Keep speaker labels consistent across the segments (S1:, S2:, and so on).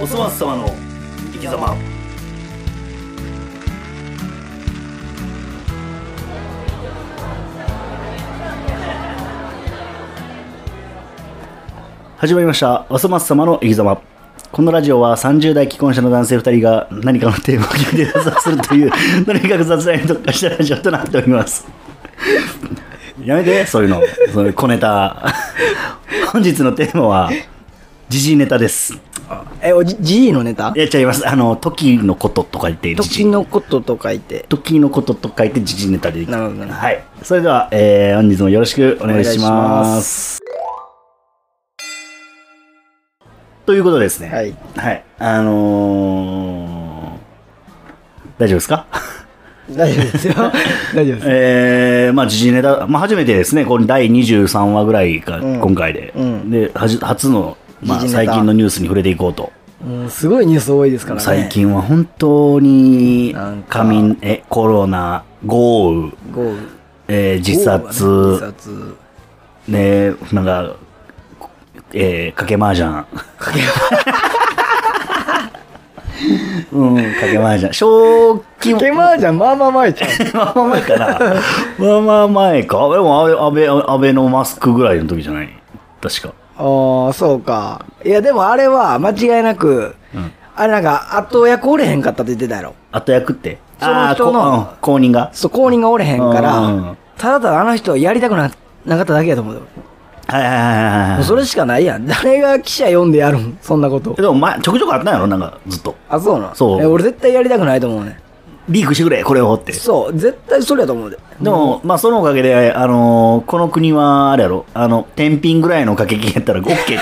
S1: おそ松様の生き様始まりましたおそ松様の生き様このラジオは30代既婚者の男性2人が何かのテーマを決めて雑談するというとにかく雑談に特化したラジオとなっておりますやめてそういうのそういう小ネタ本日のテーマは時事ネタです
S2: え、おじ、じいのネタ
S1: やっ ちゃいます。あの、時のこととか言って、時
S2: 時
S1: 事
S2: のことと書いて。
S1: 時のことと書いて、時事ネタでいき
S2: なるほどなるほど
S1: はい。それでは、えー、本日もよろしくお願いし
S2: お願
S1: ま。
S2: いします
S1: ということですね。。
S2: はい い。
S1: あのー、大丈夫ですか
S2: 大丈夫ですよ。大丈夫です。
S1: えー、まあ、時事ネタ、まあ、初めてですね、この第23話ぐらいが、
S2: うん
S1: 今回で、
S2: うん
S1: で、はじ初の、まあ、
S2: 時事ネ
S1: 最
S2: タ
S1: 近のニュースに触れていこうと。
S2: もうすごいニュース多いですからね。
S1: 最。近は本当に
S2: なんか
S1: 仮眠えコロナ豪雨、
S2: 豪雨。
S1: えー自殺
S2: 豪雨はね自殺。
S1: ねなんか、えー、かけ麻雀かけうんかけ麻雀正気
S2: かけまーじゃん、まあまあまあいちゃん。
S1: まあまあ前かなまあまあ前かでも安倍安倍安倍のマスクぐらいの時じゃない確か
S2: ああ、そうか。いや、でもあれは間違いなく、
S1: うん
S2: あれなんか、後役おれへんかったって言ってたやろ。
S1: 後役って
S2: その人の
S1: あーこうん公認が
S2: そう、公認がおれへんか
S1: うんうん
S2: ら、ただただあの人はやりたくななかっただけやと思うよ。
S1: はいはいはいはいはい
S2: もうそれしかないやん。誰が記者読んでやるんそんなこと
S1: え。でも前ちょくちょくあったんやろなんかずっと
S2: あ、そうなん
S1: そう
S2: え俺絶対やりたくないと思うね。
S1: リークしてくれ、これをって。
S2: そう、絶対それやと思うで。
S1: でも、まあ、そのおかげで、あのーこの国は、あれやろ、あの、天品ぐらいの掛け金やったら OK っていう。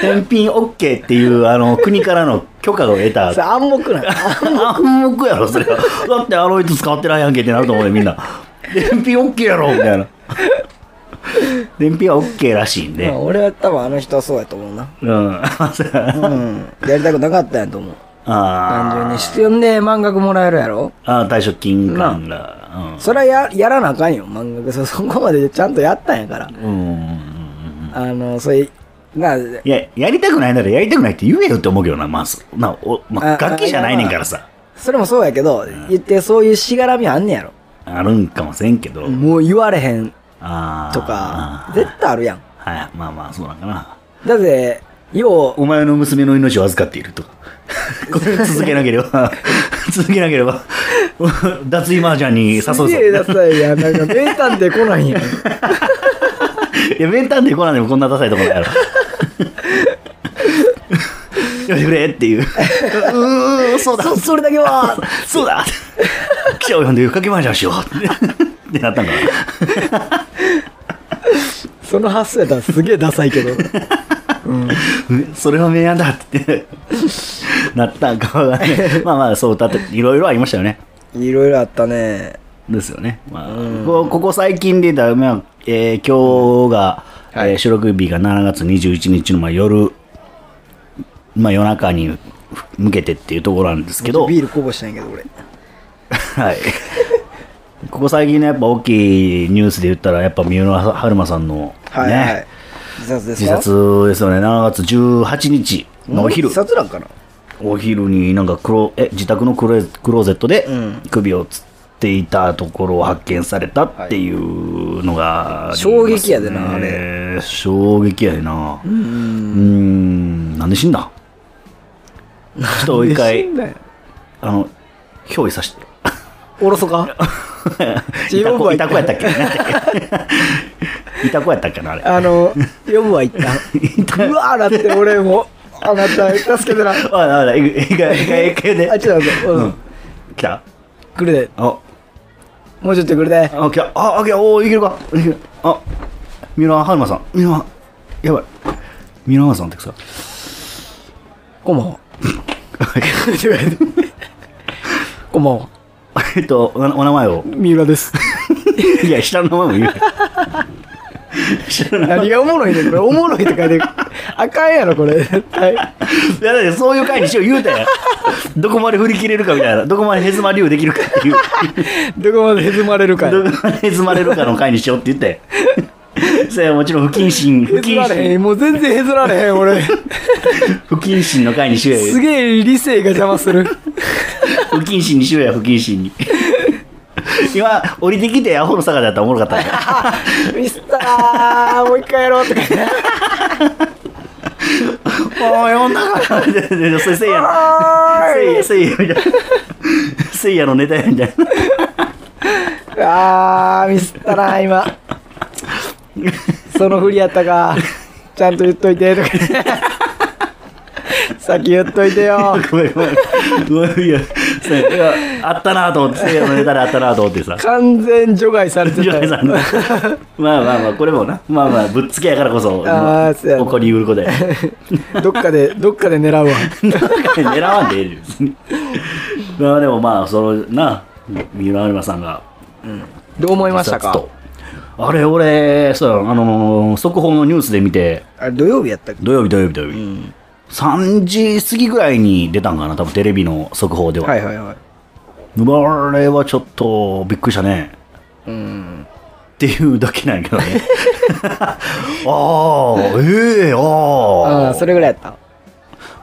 S1: 天品 OK っていう、あの、国からの許可を得た
S2: それ。暗黙 なん
S1: 暗黙やろ、それは。だって、あの人使ってないやんけってなると思うね、みんな。天品 OK やろ、みたいな。天品は OK らしいん
S2: ま
S1: で。
S2: あ俺は多分あの人はそうやと思うな。
S1: うん。 あ
S2: うん。やりたくなかったんやと思う。単純
S1: あ
S2: に。してんで満額もらえるやろ
S1: ああ、退職金感が。
S2: それはややらなあかん よ、満額。そ、そこまでちゃんとやったんやから。
S1: うん。うん。
S2: あの、そういう、な、
S1: いや、やりたくないならやりたくないって言えよって思うけどな、まず。まあ、おまあ、
S2: あ
S1: 楽器じゃないねんからさ。
S2: それもそうやけど、言ってそういうしがらみあんねやろ。
S1: あるんかもせんけど。
S2: もう言われへん
S1: ああ。
S2: とか、
S1: で
S2: 絶対あるやん。
S1: はい、まあまあ、そうなんかな。
S2: だって、よう、
S1: お前の娘の命を預かっているとか。 これ続けなけれ ば、続けなければ、 脱衣麻雀に誘うぞ。
S2: すげえダサいや ん。なんか名探偵来ないやん。
S1: いや、面談でコナンでもこんなダサいとこ ないやろ。やめてくれって いう。うーん、そうだ。
S2: そ、 それだけは、
S1: そうだ記者を呼んでかけ麻雀しようってなったんかな。
S2: その発想やったらすげえダサいけ ど。
S1: うん それは名案だってなったんかは ね。まあまあ、そう、だっていろいろありましたよね。
S2: いろいろあったね。
S1: ですよね。まあ、
S2: うん
S1: こここ最近で言ったら、まあえー今日が、
S2: はい
S1: えー収録日が7月21日のまあ夜、まあ夜中に向けてっていうところなんですけど、
S2: ビールこぼしたんやけど俺
S1: はい。 ここ最近のやっぱ大きいニュースで言ったら、やっぱ三浦春馬さんの、
S2: はい、
S1: ね
S2: はい、自殺です
S1: 自
S2: か
S1: 殺ですよね。7月18日のお昼
S2: 自。殺なんかな
S1: お昼になんか黒え自宅のクローゼクローゼットで
S2: うん
S1: 首をつっていたところを発見されたっていうのが、
S2: 衝撃やでなあ
S1: れ衝撃やでなうー
S2: うん
S1: んなんで死んだちょっと一回あの憑依させて
S2: おろ そか
S1: いた
S2: 4
S1: こ
S2: 番
S1: いたこやったっけなんだっ けいたこやったっけなあれ
S2: あの4部は行 ったうわーなって俺もあなた助けてなあ
S1: あああいくいくいくいくで
S2: ちょっと待って、うん
S1: うん来た
S2: くれで
S1: あ
S2: もうちょっとくれで
S1: あ、来た。あ、あ、来た。おー、いけるか。いける。あ、ミラーハルマさん。ミラー、やばい。ミラーハルマさんってさ。
S2: こんばん はこんばんは
S1: えっと、おお名前を。
S2: 三浦です
S1: いや、下の名前も言うな。下の名前。
S2: 何がおもろいねんこれおもろいって書いてるあかんやろこれ絶対
S1: いや、だってそういう回にしよう言うたやん。どこまで振り切れるかみたいな。どこまでへずまりゅうできるかっていう。
S2: どこまでへずまれるかや
S1: どこまでへずまれるかの回にしようって言ったやん。 それはもちろん不謹慎、不
S2: へず
S1: 謹
S2: られへ
S1: 慎、
S2: ん。もう全然へずられへん、俺。
S1: 不謹慎の回にしよう
S2: す
S1: よ。
S2: げえ理性が邪魔する。
S1: 不謹慎にしようや、不謹慎 に。今、降りてきてアホの坂だったらおもろかった ね。
S2: ミスター、もう一回やろうとか。
S1: もう読んだから。でそれせいやの、
S2: あ
S1: せいや、せいや、みたいな。せいやのネタや、みたいな。
S2: ーあー、ミスったな、今。そのふりやったか。ちゃんと言っといて、とか。先言っといてよ。
S1: ごめん、ごめん。ごめん、いや、そうやいやあったなと思って、せいやのネタであったなと思ってさ。
S2: 完全除外されて
S1: ジョ
S2: た
S1: イさんのまあまあまあこれもなまあまあぶっつけやからこそ
S2: あーそうやな
S1: 起こりうることや
S2: どっかで、どっかで狙うわ。
S1: なんか狙わんでええで別にまあでもまあそのな三浦有馬さんが
S2: どう思いました
S1: 自殺
S2: か
S1: とあれ俺そうやあのー速報のニュースで見て
S2: あれ土曜日やったっけ
S1: 土曜日土曜日土曜日、
S2: ん
S1: 3時過ぎぐらいに出たんかな多分テレビの速報では、
S2: はいはいはい。
S1: あれはちょっとびっくりしたね
S2: うん。
S1: っていうだけなんや けどねああええあ
S2: ああ、それぐらいやった。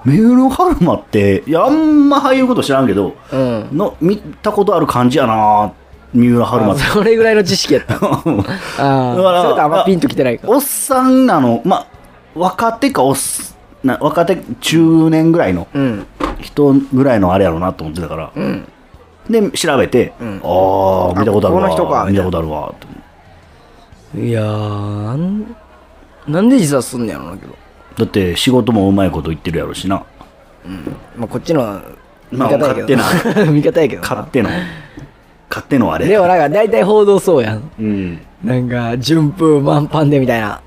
S1: メールハルマって、いや、あんま俳優こと知らんけど、
S2: うん。
S1: の見たことある感じやな三浦春馬
S2: あ
S1: って。
S2: それぐらいの知識やった。ああ。
S1: だから
S2: それとあんまピンときてない か。
S1: おっさんなの、まあ、若手かおっすな、若手、中年ぐらいの
S2: うん。
S1: 人ぐらいのあれやろうなと思ってたから、
S2: うん。
S1: で、調べて、
S2: うん
S1: ああ、見たことあるわ。
S2: あこの人か
S1: 見たことあるわ。と思
S2: いやー、なんなんで自殺すんねやろなけど。
S1: うだって、仕事もうまいこと言ってるやろしな。
S2: まあ、こっちのは味
S1: まあ
S2: 方やけどな。
S1: 勝
S2: 味方やけどな。
S1: 勝手の、勝手のあれ。
S2: でもなんか大体報道そうやん。
S1: うん。
S2: なんか、順風満帆でみたいな。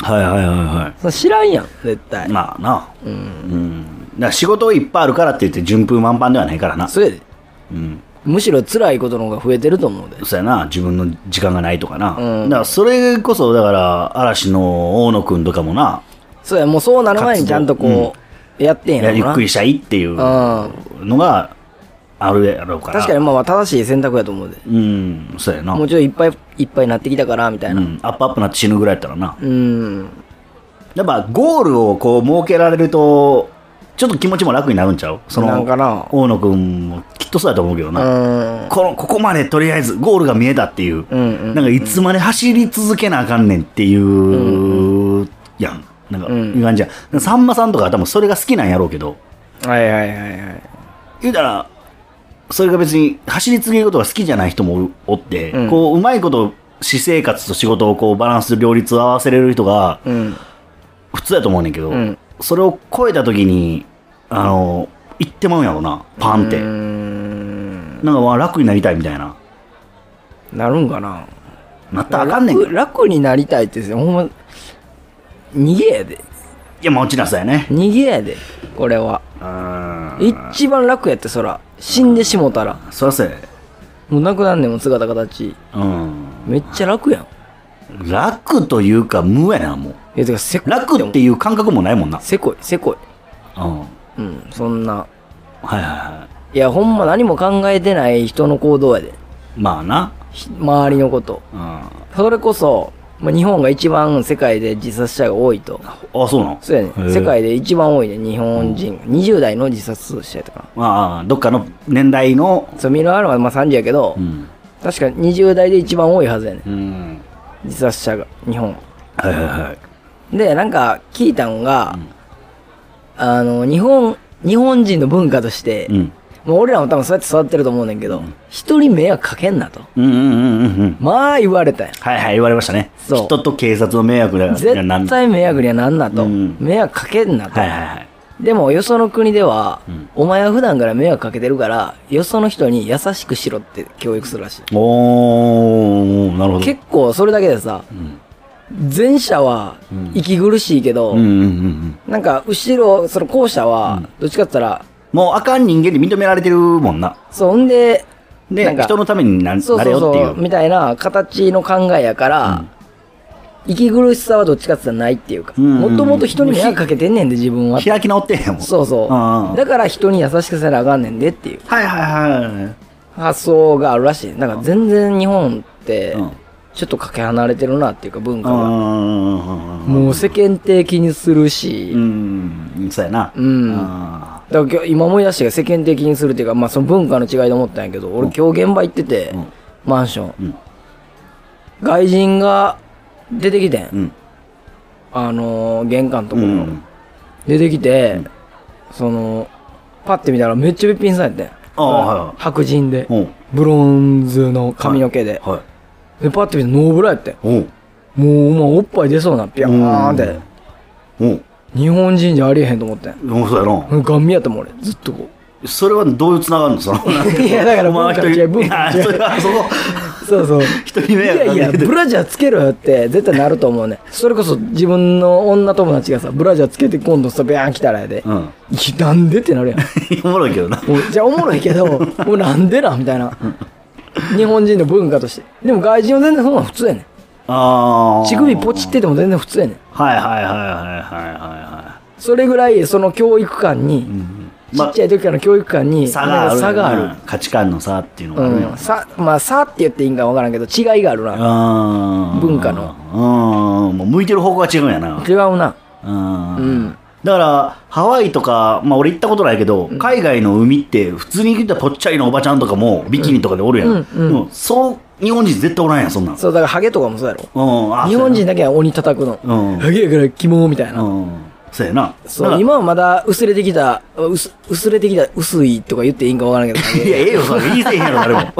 S1: はいはいはいはい。
S2: それ知らんやん、絶対。
S1: まあな、
S2: う。
S1: うんん、だから仕事いっぱいあるからって言って順風満帆ではないからな、
S2: そうやで。
S1: うん、
S2: むしろ辛いことの方が増えてると思うで。
S1: そうやな自分の時間がないとかな、
S2: うん
S1: だからそれこそだから嵐の大野くんとかもな
S2: そうや、もうそうなる前にちゃんとこう、やってん
S1: い
S2: や
S1: や
S2: ろ
S1: ゆ
S2: な。
S1: っくりしたいっていう
S2: あ
S1: のがあるやろうから
S2: 確かにまあまあ正しい選択やと思うで。
S1: にうんそうやな
S2: もうちょいいっぱいいっぱいになってきたから、みたいうな。
S1: ん、アップアップなって死ぬぐらいやったらな
S2: うん。
S1: やっぱゴールをこう設けられるとちょっと気持ちも楽になるんちゃうそ
S2: な
S1: の
S2: んかな
S1: 大野くんもきっとそうやと思うけど
S2: う
S1: な、
S2: ん。
S1: このここまでとりあえずゴールが見えたっていう、
S2: うんうん。
S1: なんかいつまで走り続けなあかんねんっていう、やん。なんか、
S2: うん
S1: いう感じやん。さんまさんとかは多分それが好きなんやろうけど、
S2: はいはいはいはい。
S1: 言うたら、それが別に走り続けることが好きじゃない人もおって、
S2: うん
S1: こう、うまいこと私生活と仕事をこうバランス、両立を合わせれる人が
S2: うん。
S1: 普通やと思うねんけど、
S2: うん
S1: それを超えた時に、あの、行ってまうんやろな、パンって。
S2: うーん
S1: なんかまあ楽になりたいみたいな。
S2: なるんかな
S1: なったらあかんねんけど。い
S2: 楽楽になりたいってほんま、逃げやで。
S1: や、もちろんそうやね。
S2: 逃げやで、これは。
S1: うん。
S2: 一番楽やって、そら。死んでしもたら。
S1: そらそうや。
S2: もうなくなんねんもん、姿形。
S1: うん。
S2: めっちゃ楽やん。
S1: 楽というか無やなもう
S2: え、てか、せこい。
S1: 楽っていう感覚もないもんな
S2: せこい、せこい。
S1: うんはい
S2: うん、そんな。
S1: はいはい
S2: や、ほんま何も考えてない人の行動やで。
S1: いまあな
S2: ひ周りのこと。
S1: うんあ
S2: それこそ、まあ、日本が一番世界で自殺者が多いと。
S1: そうなの
S2: そうやね
S1: へえ
S2: ん。世界で一番多いね、日本人。20代の自殺者やったかな。
S1: まあどっかの年代の
S2: そう、ミラールはまあ30やけど、
S1: うん
S2: 確か20代で一番多いはずやねん。
S1: うん
S2: 自殺者が、日本。
S1: はいはいはい
S2: で、なんか聞いたんが、
S1: うん
S2: あの、日本、日本人の文化として、
S1: うん
S2: もう俺らも多分そうやって育ってると思うねんけど、人に迷惑かけんなと。
S1: うんうんうんうんうん
S2: まあ言われたんや
S1: はいはい言われましたね
S2: そう
S1: 人と警察の迷惑だいやなん
S2: 絶対迷惑にはなんなと。
S1: うん
S2: 迷惑かけんなと。
S1: はいはいはい
S2: でも、よその国では、
S1: うん
S2: お前は普段から迷惑かけてるから、よその人に優しくしろって教育するらしい。
S1: おーなるほど
S2: 結構それだけでさ、
S1: ん
S2: 前者は
S1: うん
S2: 息苦しいけど、
S1: うんうんうんうん
S2: なんか後ろ、その後者は、どっちかって言ったら、
S1: もうあかん人間で認められてるもんな
S2: そう、ほんで、な
S1: で
S2: んか
S1: 人のためにな
S2: そう
S1: なれ
S2: そう
S1: よってい
S2: そうう、みたいな形の考えやから、息苦しさはどっちかって言ったらないっていうか、
S1: うんうんうん
S2: もともと人に迷惑かけてんねんで、自分は。
S1: 開き直ってへんもん
S2: そうそ
S1: う
S2: う
S1: んうん
S2: だから人に優しくせなあかんねんでっていう
S1: はいはいはいはい
S2: 発想があるらしい。なんか全然日本って、
S1: うん
S2: ちょっとかけ離れてるなっていうか文化
S1: う
S2: が
S1: ん
S2: もう世間体気にするし、
S1: うんそうやな
S2: うん
S1: あ
S2: だから今日今思い出して世間的にするっていうか、まあ、その文化の違いで思ったんやけど俺今日現場行ってて、
S1: うん
S2: マンション、
S1: うん
S2: 外人が出てきてん、
S1: ーうん
S2: あのー玄関のとこ
S1: う
S2: ろ、
S1: ん
S2: 出てきて、そのパッて見たらめっちゃべっぴんさんやってん
S1: ああはいはい
S2: 白人で、
S1: おう
S2: ブロンズの髪の毛で、
S1: はい
S2: でパッて見たらノーブラやってん
S1: おう
S2: もうお前おっぱい出そうなピャーンって、
S1: おう
S2: 日本人じゃありえへんと思ってん
S1: おうそうやな
S2: ガン見やったもん俺ずっとこ
S1: それはどういうつながるのその
S2: う いやだから
S1: お前は
S2: 文化
S1: 一
S2: の
S1: 人
S2: 違い文化の違
S1: いや
S2: い
S1: それはそこ
S2: そうそう。
S1: 人に迷
S2: い
S1: 惑
S2: やいや、ブラジャーつけろよって絶対なると思うね。それこそ自分の女友達がさ、ブラジャーつけて今度さ、ビャーン来たらやで。
S1: うん
S2: いやなんでってなるやん。
S1: おもろいけどな
S2: もうじゃあおもろいけ ど、もうなんでなみたいな。日本人の文化として。でも外人は全然そんなん普通やねん。
S1: ああ
S2: 乳首ポチってても全然普通やねん。
S1: はいはいはいはいはいは
S2: それぐらいその教育観に、
S1: いま
S2: ちっちゃい時からの教育観に
S1: 差がある
S2: 差があ
S1: う
S2: る
S1: ん。価値観の差っていうのがあるよ
S2: うん。さ、まあ、差って言っていいんかわからんけど、違いがあるな。
S1: うん
S2: 文化の
S1: うんもう向いてる方向が違うんやな
S2: 違うな。
S1: うん、
S2: うん
S1: だからハワイとか、まあ、俺行ったことないけど、海外の海って普通に行ったらぽっちゃりのおばちゃんとかもビキニとかでおるやん、
S2: うんうんうん
S1: でもそう日本人絶対おらんやんそんなん
S2: そう、だからハゲとかもそうやろ。
S1: うんあ
S2: 日本人だけは鬼叩くの。
S1: うん
S2: ハゲやから肝みたいな。
S1: うんそうやなだか
S2: そう、
S1: ら
S2: 今はまだ薄れてきた、薄薄れてきた薄いとか言っていいんかわからんけど
S1: いやええよそれ言いせえへんやろ 誰も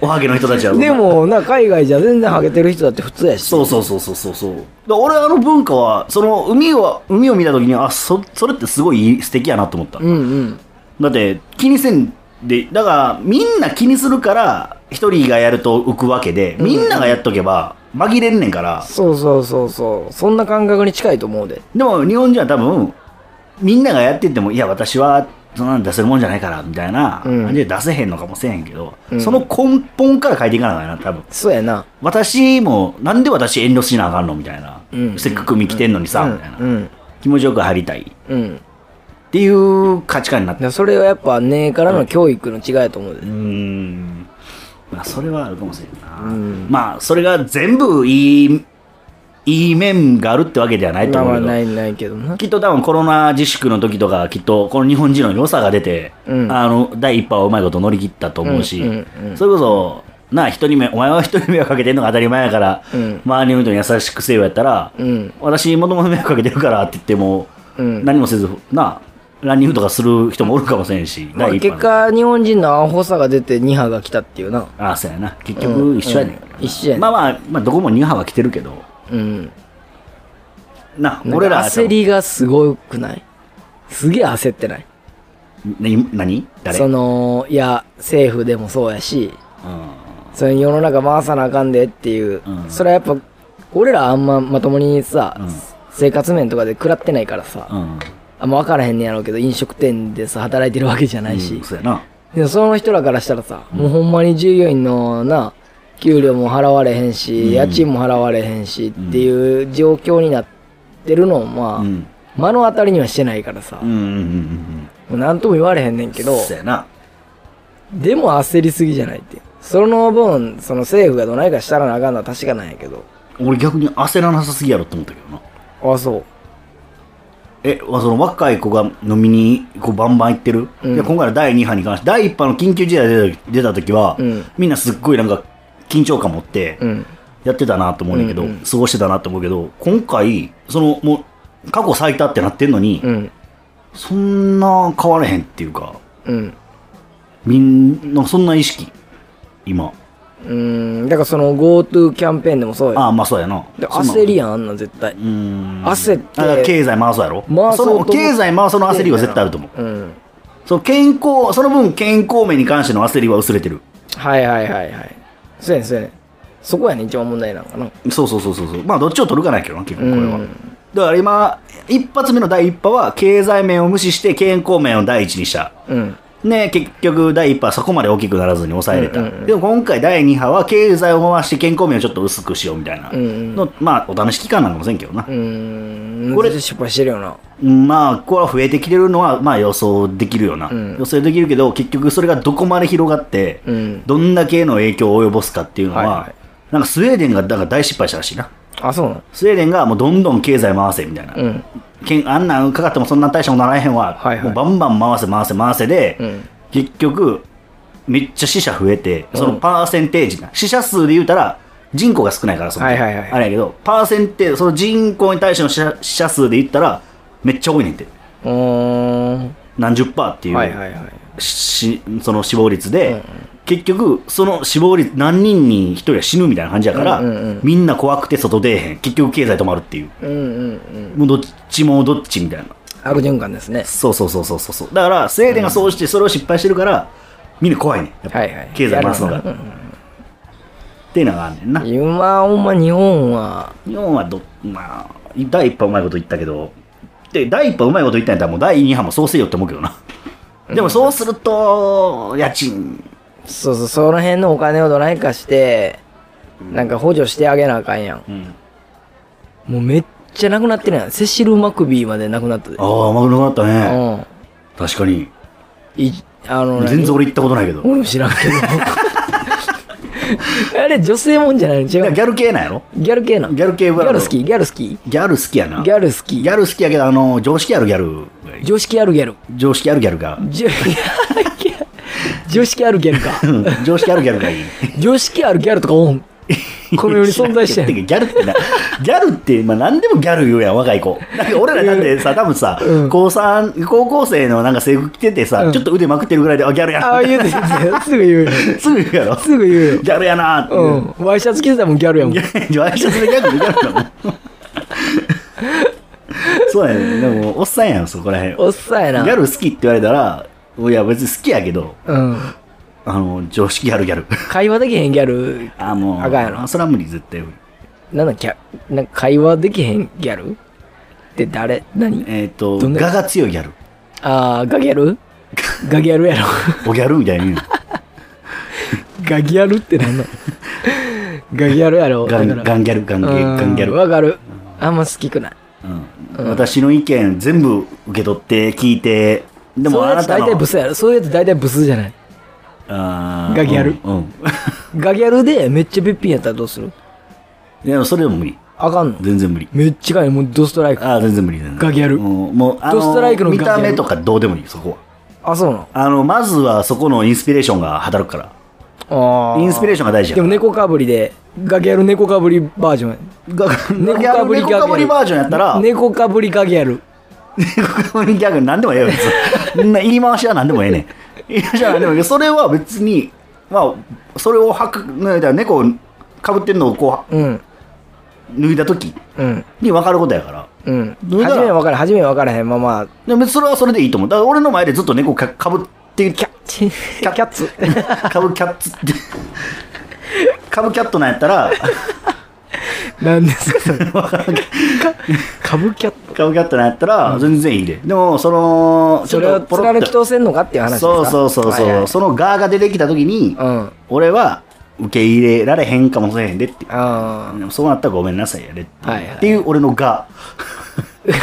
S1: おはげの人たちは
S2: でも、な、海外じゃ全然ハゲてる人だって普通やし。
S1: そうそうそうそうそうそうだから俺あの文化はその海は海を見た時にあそそれってすごい素敵やなと思った、
S2: うんうん。
S1: だって気にせんでだからみんな気にするから一人がやると浮くわけでみんながやっとけば紛れんねんから、
S2: そうそうそうそう。そんな感覚に近いと思うで。
S1: でも日本人は多分みんながやっててもいや私はそんなん出せるもんじゃないからみたいな
S2: うん
S1: 感じで出せへんのかもしれへんけど、
S2: うん
S1: その根本から変えていかなあかんな多分
S2: そうやな。
S1: 私もなんで私遠慮しなあかんのみたいな、
S2: うん
S1: せっかく見来てんのにさ、
S2: うん
S1: みたいな、
S2: うん。
S1: 気持ちよく入りたい
S2: うん。だか
S1: っていう価値観になって
S2: らそれはやっぱ根からの教育の違いやと思うで
S1: うー。んまあそれはあるかもしれんな、
S2: うん
S1: まあそれが全部いいいい面があるってわけではないと
S2: まあ
S1: 思う
S2: まあ、
S1: けど、
S2: ないないけどな。
S1: きっと多分コロナ自粛の時とかきっとこの日本人の良さが出て、
S2: うん
S1: あの第一波をうまいこと乗り切ったと思うし、
S2: うんうんうん
S1: それこそなあ一人目お前は一人目をかけてんのが当たり前やから、
S2: うん
S1: 周りの人に優しくせよやったら、
S2: うん。
S1: 私もともと迷惑かけてるからって言っても、
S2: うん
S1: 何もせずなあランニングとかする人もおるかもしれんし、
S2: まあ、
S1: 第一
S2: 結
S1: 波の
S2: 果、日本人のアホさが出て2波が来たっていうな。
S1: ああそうやな結局一緒やねん、
S2: うん一緒やねん
S1: まあまあ、まあ、どこもニューハーは来てるけど
S2: うん。
S1: な
S2: なんか
S1: 俺らは
S2: 焦りがすごくないすげえ焦ってない
S1: ね何誰
S2: そのいや政府でもそうやし
S1: うん
S2: その世の中回さなあかんでっていう、
S1: うん
S2: それはやっぱ俺らあんままともにさ、
S1: うん
S2: 生活面とかで食らってないからさ、
S1: うん
S2: あんま分からへんねやろうけど飲食店でさ働いてるわけじゃないし、
S1: うんそうやな
S2: でもその人らからしたらさ、もうほんまに従業員のな給料も払われへんし、
S1: うん
S2: 家賃も払われへんしっていう状況になってるのをまあ、
S1: うん
S2: 目の当たりにはしてないからさ、
S1: うんうんうんうん
S2: もう何とも言われへんねんけど、
S1: そうやな
S2: でも焦りすぎじゃないって。その分、その政府がどないかしたらなあかんのは確かなんやけど。
S1: 俺逆に焦らなさすぎやろって思ったけどな
S2: あ、そう。
S1: えその若い子が飲みにこうバンバン行ってる、
S2: うん
S1: いや今回の第2波に関して第1波の緊急事態出た出た時は、
S2: うん
S1: みんなすっごいなんか緊張感持って
S2: うん。
S1: やってたなと思うんだけど、
S2: うんうん
S1: 過ごしてたなと思うけど今回そのもう過去最多ってなってんのに、
S2: うん。
S1: そんな変われへんっていうか
S2: うん。
S1: みんなそんな意識今
S2: うん。だからその GoTo キャンペーンでもそうや。
S1: ああまあそうやな
S2: で焦り
S1: や
S2: やん、あんなん絶対
S1: う。ん
S2: 焦って
S1: だから経済回そうやろ
S2: 回そう
S1: そ
S2: と思
S1: の
S2: って
S1: 経済回そうの焦りは絶対あると思う
S2: うん。
S1: その健康その分健康面に関しての焦りは薄れてる
S2: はいはいはいはい。そうやねん、そうやねん。そこやねん、一番問題なのかな。
S1: そうそうそうそうそうまあどっちを取るかないけどな結
S2: う
S1: 構これは、
S2: ん。
S1: だから今一発目の第一波は経済面を無視して健康面を第一にした
S2: うん。
S1: ね結局第一波はそこまで大きくならずに抑えれた、
S2: うんうんうん
S1: でも今回第二波は経済を回して健康面をちょっと薄くしようみたいな
S2: うんうん
S1: の、まあお試し期間なんかもせんけどな
S2: う、ん。
S1: これ
S2: 難しい失敗してるよな。
S1: まあこれは増えてきてるのはまあ予想できるよな、
S2: うん
S1: 予想できるけど結局それがどこまで広がって、
S2: うん。
S1: どんだけの影響を及ぼすかっていうのは、
S2: はいはい
S1: なんかスウェーデンがなんか大失敗したらしいな。
S2: あ、そうなの
S1: スウェーデンがもうどんどん経済回せみたいな。
S2: うん。
S1: けんあんなんかかってもそんな大したことならへんわ、
S2: はいはい
S1: もうバンバン回せ回せ回せで、
S2: うん
S1: 結局めっちゃ死者増えて
S2: うん
S1: そのパーセンテージな、死者数で言うたら人口が少ないからその、
S2: はいはいはい
S1: あれやけどパーセンテージその人口に対しての死者死者数で言ったらめっちゃ多いねんて
S2: うーん。
S1: 何十パーっていう、
S2: はいはいはい。
S1: しその死亡率で、
S2: うんうん
S1: 結局その死亡率何人に一人は死ぬみたいな感じやから、
S2: うんうんうん
S1: みんな怖くて外出えへん結局経済止まるっていう
S2: うんうんうん。
S1: もうどっちもどっちみたいな
S2: 悪循環ですね。
S1: そうそうそうそうそうそうだからスウェーデンがそうしてそれを失敗してるからみんな怖いねやっぱ
S2: はいはい。
S1: 経済回すのが
S2: やる
S1: っ
S2: な
S1: ていうのがあんねんな
S2: うん今、ほんま日本は、
S1: 日本はどまあ第一波うまいこと言ったけどで第一波うまいこと言ったんやったらもう第二波もそうせよって思うけどなでもそうすると家賃
S2: そうそう、その辺のお金をどないかして、なんか補助してあげなあかんやん。
S1: うん
S2: もうめっちゃなくなってるやん。セシル・マクビーまでなくなったで。
S1: ああ甘くなくなったね
S2: うん。
S1: 確かに
S2: いあの
S1: 全然俺行ったことないけど
S2: 俺も知らんけど あれ女性もんじゃないの違う
S1: ギ
S2: ギ
S1: ャル系なんやろ
S2: ャル系なの
S1: ギャル系
S2: ギ
S1: は
S2: ャル好きギャル好きギ
S1: ギャル好きやなギ
S2: ャル好き
S1: ャル好きやけどあの常識あるギャルがいい
S2: 常識あるギャル
S1: 常識あるギャルが
S2: じゅ 常識あるギャル か
S1: うん常識あるギャルがいい
S2: 常識あるギャルとかおんこの世に存在して
S1: て
S2: ん
S1: か ギャルってな、ギャルって、まあ何でもギャル言うやん、若い子。なんか俺らなんてさ、多分さ、
S2: うん
S1: 高三高校生のなんか制服着ててさ、
S2: うん
S1: ちょっと腕まくってるぐらいで、あ、ギャルや
S2: あ
S1: な
S2: あ。言うてすぐ言うよ
S1: すぐ言うやろ。
S2: すぐ言うよ
S1: ギャルやなーって。
S2: うんワイシャツ着てたもんギャルやもん
S1: いや、ワイシャツでギャルでギャルだもん。 そうやね。でも、おっさんやん、そこらへん。ギ
S2: おっさんやな
S1: ャル好きって言われたら、いや、別に好きやけど、
S2: うん
S1: あの、常識あるギャル。
S2: 会話できへんギャル
S1: あ、もう、
S2: あかんやろ
S1: それは無理、絶対無理。
S2: なんだキャなんか会話できへんギャルって誰何
S1: えっ、と、
S2: どんな
S1: ガが強いギャル。
S2: ああガギャルガギャルやろ
S1: おギャルみたい に言うの。
S2: ガギャルってなんのガギャルやろ
S1: ガン
S2: だから
S1: ガンギャル、ガンゲ
S2: うん
S1: ガンギャル。
S2: わかるあんま好きくない
S1: うん私の意見全部受け取って聞いて、でも
S2: そ
S1: あ
S2: ういうや
S1: な
S2: つ
S1: た
S2: 大
S1: の
S2: 体ブスやろそういうやつ大体ブスじゃない
S1: あー
S2: がギャル
S1: うん。うん
S2: ガギャルでめっちゃべっぴんやったらどうする
S1: いやそれでも無理。
S2: あかんの
S1: 全然無理。
S2: めっちゃかいもうドストライク
S1: ああ、全然無理。全然
S2: ガギャル
S1: うんもう、あ
S2: ドストライクの
S1: の、
S2: ガ
S1: 見
S2: ギャル
S1: た目とかどうでもいい、そこは。
S2: あそうな
S1: あの、まずはそこのインスピレーションが働くから。
S2: のあ
S1: インスピレー
S2: シ
S1: ションが大事や
S2: で
S1: か
S2: も
S1: ら。
S2: 猫かぶりでガギャル猫かぶりバージョンや
S1: ガガギャル、
S2: ガ
S1: 猫
S2: ギャル
S1: かぶりバージョンやったら、猫
S2: 猫かぶりガギャル
S1: かぶりギャグなんでもええよ、別にそんな言い回しはなんでもええねん。言い回しはなんでもええけどそれは別に、まあ、それを吐く、だから猫をかぶってんのをこう、
S2: うん
S1: 脱いだ時
S2: うん
S1: に分かることやから。
S2: うん
S1: どうだ
S2: 初めは分からん初めは分からへんまあま あ
S1: でも別にそれはそれでいいと思う。だから俺の前でずっと猫かかぶって、キ
S2: キ
S1: ャ
S2: ャッチキャッ ツ
S1: ッ、かぶキャッツって、かぶキャットなんやった ら、
S2: 何ですかそれ
S1: わからんけど
S2: カブキャット
S1: かぶキャットなんやったら全然いいで。でも、その、
S2: それを
S1: ポロッ
S2: 貫き通せんのかっていう話ですか
S1: そうそうそうそう、
S2: はいはい
S1: そのガーが出てきた時に、
S2: うん
S1: 俺は受け入れられへんかもしれへんでって。
S2: あ
S1: でもそうなったらごめんなさいやでって,、
S2: はいはい
S1: っていう俺のガ
S2: あ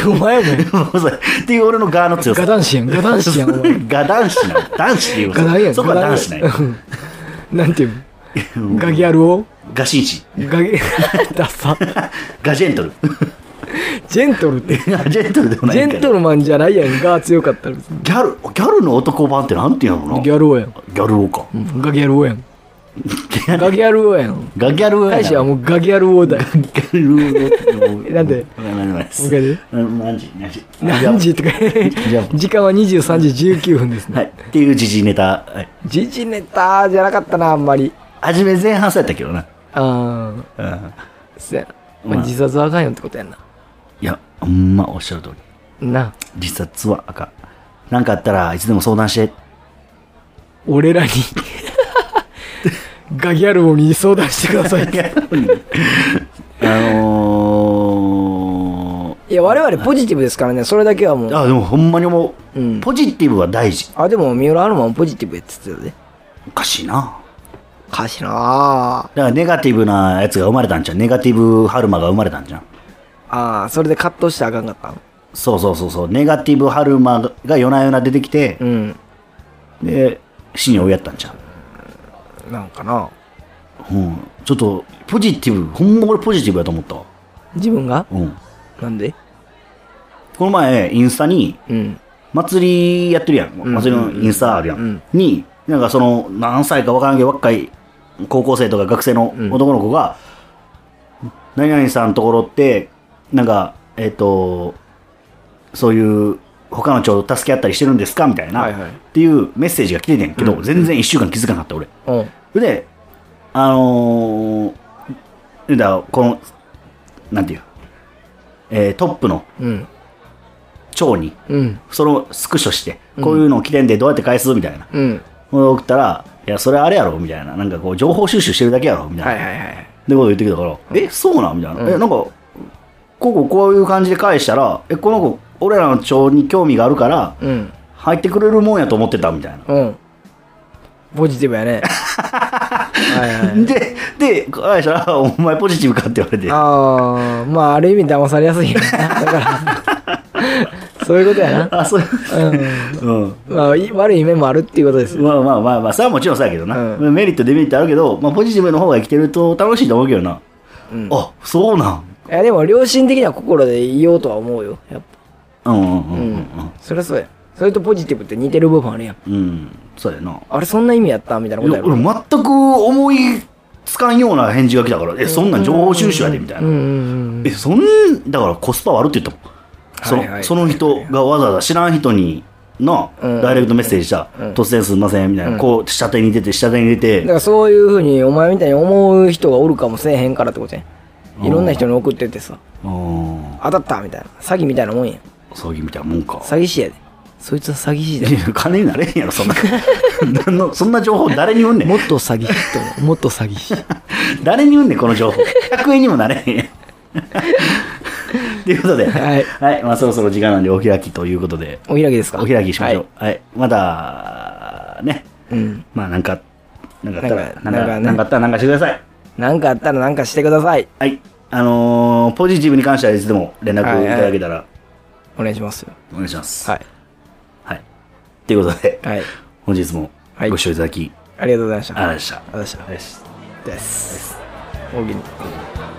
S2: お 前も
S1: ー。 っていう俺のガーの強さ
S2: ガ。男子やんガ男子やんお前
S1: ガ男子なの男子っていう
S2: ガ男や
S1: か
S2: ん
S1: そこは
S2: ガ男
S1: 男
S2: や
S1: 子なんよ
S2: うん なんていうのガギャルを
S1: ガシンシ
S2: ガギ ダサ
S1: ガジェントル
S2: ジェントルって
S1: ジェントルでもな
S2: ジ
S1: い
S2: ェ
S1: け
S2: ント
S1: ど
S2: ルマンじゃないやんガ強かったら別に
S1: ギャルギャルの男版ってなんていうのかな
S2: ギ
S1: ギ
S2: ャル王やん
S1: ャル王か
S2: ガギャル 王やんガギャル王やん
S1: ガギャル王やな
S2: 大使はもうガギャル王だよ
S1: ギャル王
S2: なんで
S1: わかんないです
S2: わかる
S1: うん何時何時
S2: 何時とか
S1: じゃあ
S2: 時間は23時19分ですね
S1: はいっていう時事ネタはい
S2: 時事ネタじゃなかったなあんまり
S1: 初め前半そうやったけどな
S2: ああ
S1: うん
S2: そやな、
S1: ま
S2: ま
S1: あ
S2: あ、自殺はあかんよってことやんない
S1: やほんまおっしゃる通り
S2: な
S1: 自殺はあかんなんかあったらいつでも相談して
S2: 俺らに ガギャル王に相談してくだ さい
S1: あの
S2: いや我々ポジティブですからねそれだけはも
S1: ー、
S2: う
S1: あでもほんまにもう、
S2: うん
S1: ポジティブは大事
S2: あでも三浦アルマもポジティブやって言ってたで
S1: おかしいな
S2: おかしいなあ
S1: だからネガティブなやつが生まれたんじゃんネガティブハルマが生まれたんじゃん
S2: あーそれで葛藤してあかんかったの
S1: そうそうそうそうネガティブハルマが夜な夜な出てきて、
S2: うん
S1: で死に追いやったんじゃん
S2: なんかな
S1: うん、ちょっとポジティブほんま俺ポジティブやと思ったわ、
S2: 自分が
S1: うん、
S2: なんで
S1: この前インスタに
S2: うん。
S1: 祭りやってるやん、
S2: ん
S1: 祭りのインスタあるやん、
S2: うん
S1: になんかその何歳かわからんけど若い高校生とか学生の
S2: うん
S1: 男の子が「何々さんのところってなんかえっ、とそういう他の町と助け合ったりしてるんですか?」みたいな、
S2: はいはい
S1: っていうメッセージが来ててんけど、
S2: うん
S1: 全然1週間気づかなかった俺
S2: うん。
S1: それであのー、だからこのなんていう、えートップの
S2: うん。
S1: 町に
S2: うん。
S1: そのスクショして、
S2: うん
S1: こういうのを来てんでどうやって返すみたいな。
S2: うん。
S1: 送ったら、いや、それあれやろみたいな。なんかこう、情報収集してるだけやろみたいな。
S2: はいはいはい。
S1: ってこと言ってきたから、え、そうなんみたいな。
S2: うん
S1: え、なんか、こうこうこういう感じで返したら、え、この子、俺らの町に興味があるから、
S2: うん。
S1: 入ってくれるもんやと思ってたみたいな。
S2: うん。ポジティブ やね。はいはい。
S1: で、で、返したら、お前ポジティブかって言われて。
S2: ああ、まあ、ある意味騙されやすいよな。だから、そういうことやな。
S1: あ、そういう。
S2: う
S1: うん。
S2: ん。まあ、い悪い面もあるっていうことです。
S1: まあまあまあまあ、それはもちろんそうやけどな。
S2: う
S1: メリット、デメリットあるけど、まあ、ポジティブの方が生きてると楽しいと思うけどな。
S2: うん。い
S1: あ、そうなん。
S2: や、でも、良心的な心で言おうとは思うよ。やっぱ。
S1: うんうんうんう
S2: う。
S1: んんうん。
S2: そりゃそうや。それとポジティブって似てる部分あるやん。
S1: うん、そうやな。
S2: あれ、そんな意味やったみたいなこと
S1: い
S2: や
S1: や
S2: ろ。
S1: 俺全く思いつかんような返事が来たから、え、そんなん情報収集やで、みたい
S2: うん
S1: な。
S2: うんうん
S1: え、そん、だからコスパ悪って言ったもん。そ
S2: はいは
S1: の
S2: い
S1: その人がわざわざ知らん人に、な、
S2: うん
S1: ダイレクトメッセージした、
S2: うん
S1: 突然すんません、みたいな。
S2: うん
S1: こう、下手に出て、下手に出
S2: だか
S1: て、
S2: ら、そういうふうに、お前みたいに思う人がおるかもせえへんからってことや
S1: うん
S2: ん。いろんな人に送ってってさ、
S1: うん、
S2: 当たったみたいな。詐欺みたいなもんやん。
S1: 葬儀みたいなもんか。
S2: 詐欺師やで。そいつは詐欺師だよ
S1: いや金になれへんやろ、そんな。 何のそんな情報誰に言うんねん。
S2: もっと詐欺師って思うもっと詐欺師
S1: 誰に言うんねん、この情報。100円にもなれへん やん。ということで、
S2: はい
S1: はい、まあそろそろ時間なんでお開きということで、
S2: お開きですか
S1: お開きしましょう。はい、まだ、ね、
S2: はい、うん
S1: まあなんか、なんかあったら、なん
S2: なか
S1: ん
S2: なんか
S1: か、
S2: ね
S1: なんかあったらなんかしてください。
S2: なんかあったらなんかしてください
S1: はい、あのーポジティブに関してはいつでも連絡いただけたら
S2: お願いしますよ
S1: お願いします。
S2: はい
S1: はい。ということで、
S2: はい
S1: 本日も
S2: はい
S1: ご視聴いただき、
S2: ありがとうございました
S1: ありがとうござい
S2: あ
S1: ました。
S2: りがとうございました
S1: です。
S2: 大喜利